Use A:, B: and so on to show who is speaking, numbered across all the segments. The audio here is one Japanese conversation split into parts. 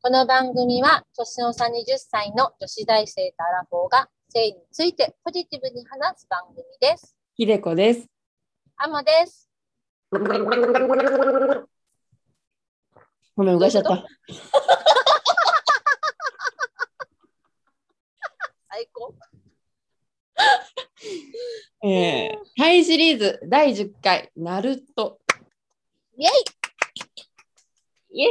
A: この番組は、年の差20歳の女子大生とアラフォーが性についてポジティブに話す番組です。
B: ひでこです。
A: アモです。
B: ごめん、うがいしちゃった。
A: 最高。
B: えー、タイシリーズ第10回、ナルト。
A: イェイ
B: イエ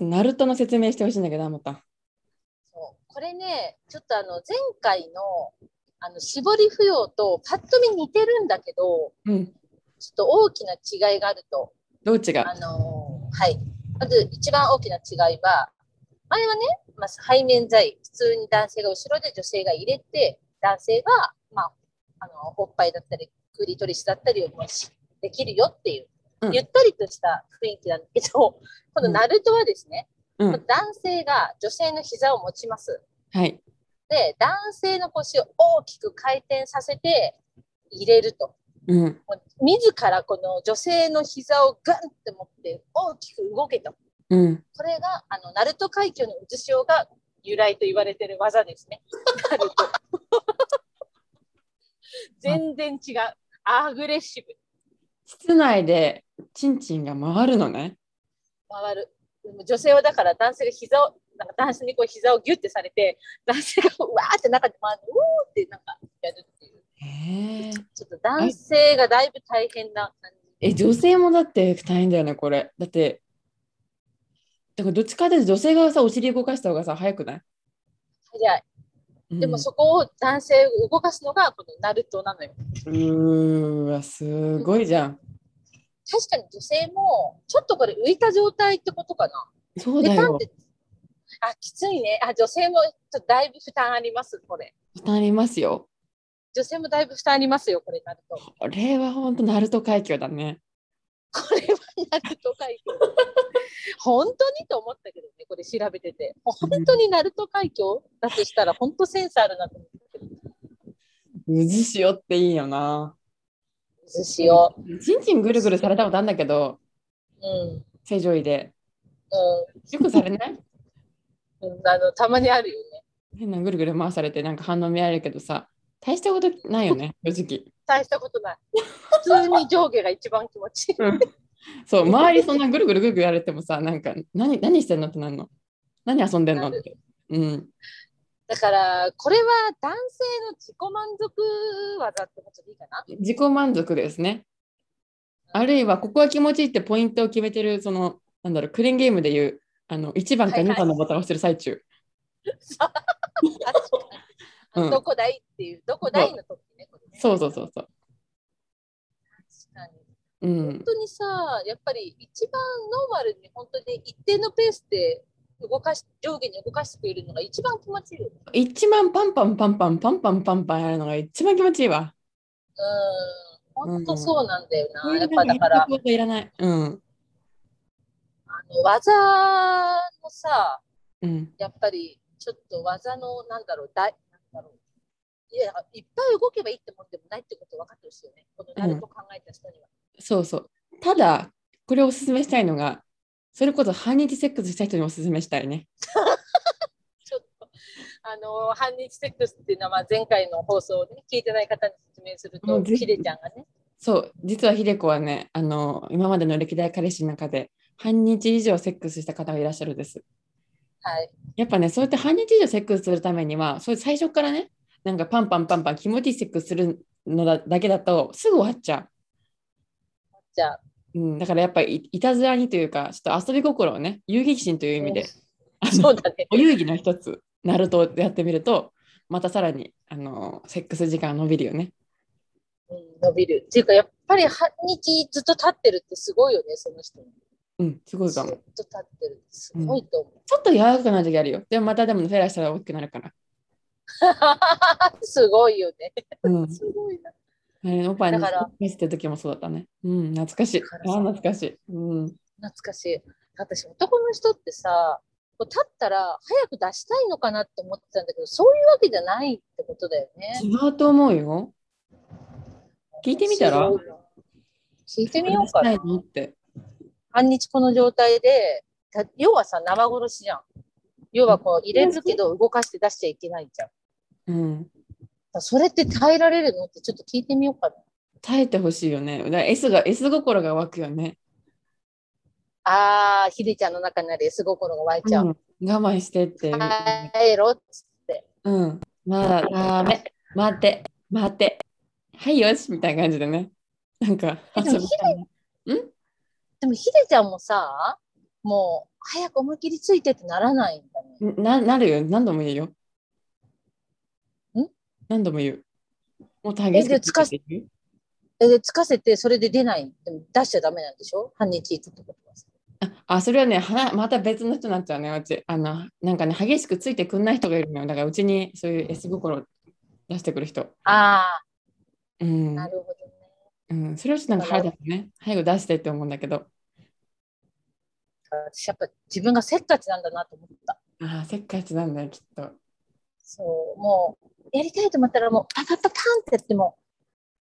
B: ナルトの説明してほしいんだけど、あもた。
A: そうこれね、ちょっとあの、前回の、あの、絞り不要と、パッと見似てるんだけど、
B: うん。
A: ちょっと大きな違いがあると
B: どう違う
A: あのーはい。まず一番大きな違いは、前はね、まあ、背面剤、普通に男性が後ろで女性が入れて、男性が、まあ、あの、おっぱいだったり、クリトリスだったりをしできるよっていう
B: う、ん
A: ゆったりとした雰囲気なんだけど、このナルトはですね、
B: うん
A: 男性が女性の膝を持ちます。
B: はい。
A: で、男性の腰を大きく回転させて入れると。
B: うん。
A: もう自らこの女性の膝をガンって持って大きく動けと。
B: うん。
A: これがあのナルト海峡の渦潮が由来と言われてる技ですね。 ナ ルト全然違う。アグレッシブ。
B: 室内で、チンチンが回るのね。
A: 回る。でも女性はだから男性が膝を、なんか男性にこう膝をギュッてされて、男性がうわーって中で回るの、うおーってなんかやるっていう。
B: えー、
A: ちょっと男性がだいぶ大変な感じ。
B: え、女性もだって大変だよね、これ。だって、だからどっちかっていうと女性がさ、お尻動かした方がさ、早くない、
A: 早い。
B: うん
A: でもそこを男性を動かすのがこのナルトなのよ。
B: うーわ、すごいじゃん。
A: 確かに女性も、ちょっとこれ浮いた状態ってことかな。
B: そう
A: ペ
B: だ
A: タン
B: よ
A: っ。てあ、きついね。あ、女性もちょっとだいぶ負担あります、これ。
B: 負担ありますよ。
A: 女性もだいぶ負担ありますよ、これなると。こ
B: これは本当ナルト海峡だね。
A: れはナルト海峡。 本当にと思ったけどね、これ調べてて。本当にナルト海峡だとしたら、本当センスあるなと思って。
B: 渦潮っていいよな。
A: 渦潮。
B: ちんちんぐるぐるされたことあるんだけど、
A: うん。
B: 正常位で。
A: う
B: よくされ ない
A: んうん。あの、たまにあるよね。
B: 変なぐるぐる回されてなんか反応見られるけどさ、大したことないよね、正直。
A: 大したことない。普通に上下が一番気持ちいい。
B: そう、周りそんなぐるぐるぐるぐるやられてもさ、なんか何何してんのってなんの何遊んでんのって。うん。
A: だから、これは男性の自己満足技ってことでいいかな
B: 自己満足ですね。あるいは、ここは気持ちいいってポイントを決めてる、その、なんだろう、クレーンゲームでいう、あの、1番か
A: はいはい
B: 2番のボタンを押してる最中。
A: 確かに
B: うん
A: どこだいっていう、どこだいの時ね、これね
B: そうそうそうそ
A: 確
B: う。
A: か
B: う
A: に。本
B: ん、
A: 当にさ、やっぱり一番ノーマルに本当に一定のペースで動かし、上下に動かしてくれるのが一番気持ちいいよね。
B: 一番パンパンパンパンパンパンパンパンやるのが一番気持ちいいわ。
A: うん。本当そうなんだよな。
B: うん
A: やっぱだから、あ
B: いらない。うん。
A: の技のさ、
B: うん。
A: やっぱりちょっと技の、なんだろう、だいなんだろう。いや、いっぱい動けばいいってもんでもないってこと分かってほしいよね。このナルト考えた人には。
B: そうそう。ただ、これをおすすめしたいのが、それこそ半日セックスした人におすすめしたいね。
A: ちょっと、あの、反日セックスっていうのは、まあ、前回の放送をね、聞いてない方に説明する
B: も
A: と、
B: うぜ
A: ヒ
B: ひ
A: デちゃんがね、
B: そう、実はひで子はね、あの、今までの歴代彼氏の中で、半日以上セックスした方がいらっしゃるんです。
A: はい、
B: やっぱね、そうやって半日以上セックスするためには、そういう最初からね、なんかパンパンパンパン気持ちいいセックスするのだだけだと、すぐ終わっちゃう。
A: じゃあ、
B: うん、だからやっぱりいいたずらにというか、ちょっと遊び心をね、遊撃心という意味で、あの
A: そうだね。
B: お遊戯の一つ、ナルトでやってみると、またさらにあのセックス時間伸びるよね。
A: うん、伸びる。っていうか、やっぱり半日ずっと立ってるってすごいよね、その人に。
B: うん、すごい
A: ず
B: か
A: っと
B: も。
A: 立ってるってすごいと思う。
B: ちょっと柔らかくなる時あるよ。でもまたでもフェラしたら大きくなるから。
A: すごいよね。
B: うん、
A: すごいな。
B: あれおっぱいの
A: だから
B: 見せてる時もそうだったね。うん、懐かしい。あ
A: だからさ
B: 懐かしい。うん、
A: 懐かしい。私、男の人ってさ、こう立ったら早く出したいのかなって思ってたんだけど、そういうわけじゃないってことだよね。
B: 違うと思うよ。聞いてみたら
A: 面白いな聞いてみようかな
B: 話したい。のって。
A: 半日この状態でた要はさ、生殺しじゃん。要はこう、入れるけど動かして出しちゃいけないじゃん。だか
B: うん、
A: らそれって耐えられるのってちょっと聞いてみようかな。
B: 耐えてほしいよね。だから S が S 心が湧くよね。
A: あー、ひでちゃんの中にある S 心が湧いちゃう。
B: うん我慢してって。
A: 耐えろっつって。
B: うん。まだダメ。待て。待て。はいよし。みたいな感じでね。なんか
A: えでも
B: 遊びたいな
A: でも、ひでちゃんもさ、もう、早く思い切りついてってならないんだね。
B: ななるよ。何度も言うよ。
A: ん
B: 何度も言う。もうターゲット
A: えで使っ
B: 決めてる
A: えで、つかせて、それで出ない。でも、出しちゃダメなんでしょ半日行くってことはさ。
B: あ、それはね、はなまた別の人になっちゃうね、うち。あの、なんかね、激しくついてくんない人がいるのよ。だから、うちにそういう S 心出してくる人。
A: あ
B: う
A: ー、
B: ん。
A: なるほどね。
B: うん、それはちょっとなんか腹立つね。早く出してって思うんだけど。
A: 私、やっぱ自分がせっかちなんだなと思った。
B: ああ、せっかちなんだよ、きっと。
A: そう、もう、やりたいと思ったら、もう、パパパパンってやっても、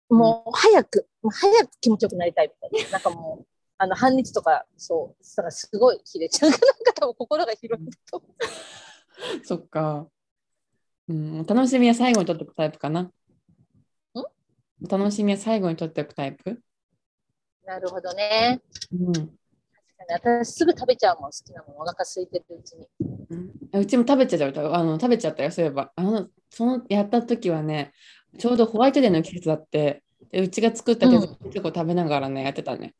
A: もう、早く、もう早く気持ちよくなりたいみたいな。なんかもう、あの、半日とか、そう、したらすごい切れちゃう。なんか多分心が広いんだと思う。
B: そっか。うん、お楽しみは最後に取っておくタイプかな。んお楽しみは最後に取っておくタイプ
A: なるほどね。
B: うん。
A: 確かに私すぐ食べちゃうもん、好きなもの。お腹空いてるうちに。
B: うんうちも食べちゃったよあの食べちゃったよそういえばあのそのやった時はねちょうどホワイトデーの季節だってでうちが作ったけど、結構食べながらねやってたね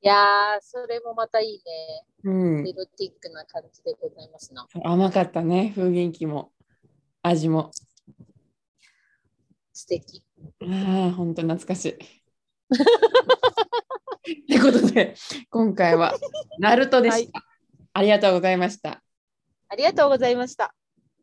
A: いやー、それもまたいいね。
B: うん
A: エロティックな感じでございますな。
B: 甘かったね風景気も味も
A: 素敵。
B: ああ本当懐かしいってことで今回はナルトでした、ありがとうございました
A: ありがとうございました。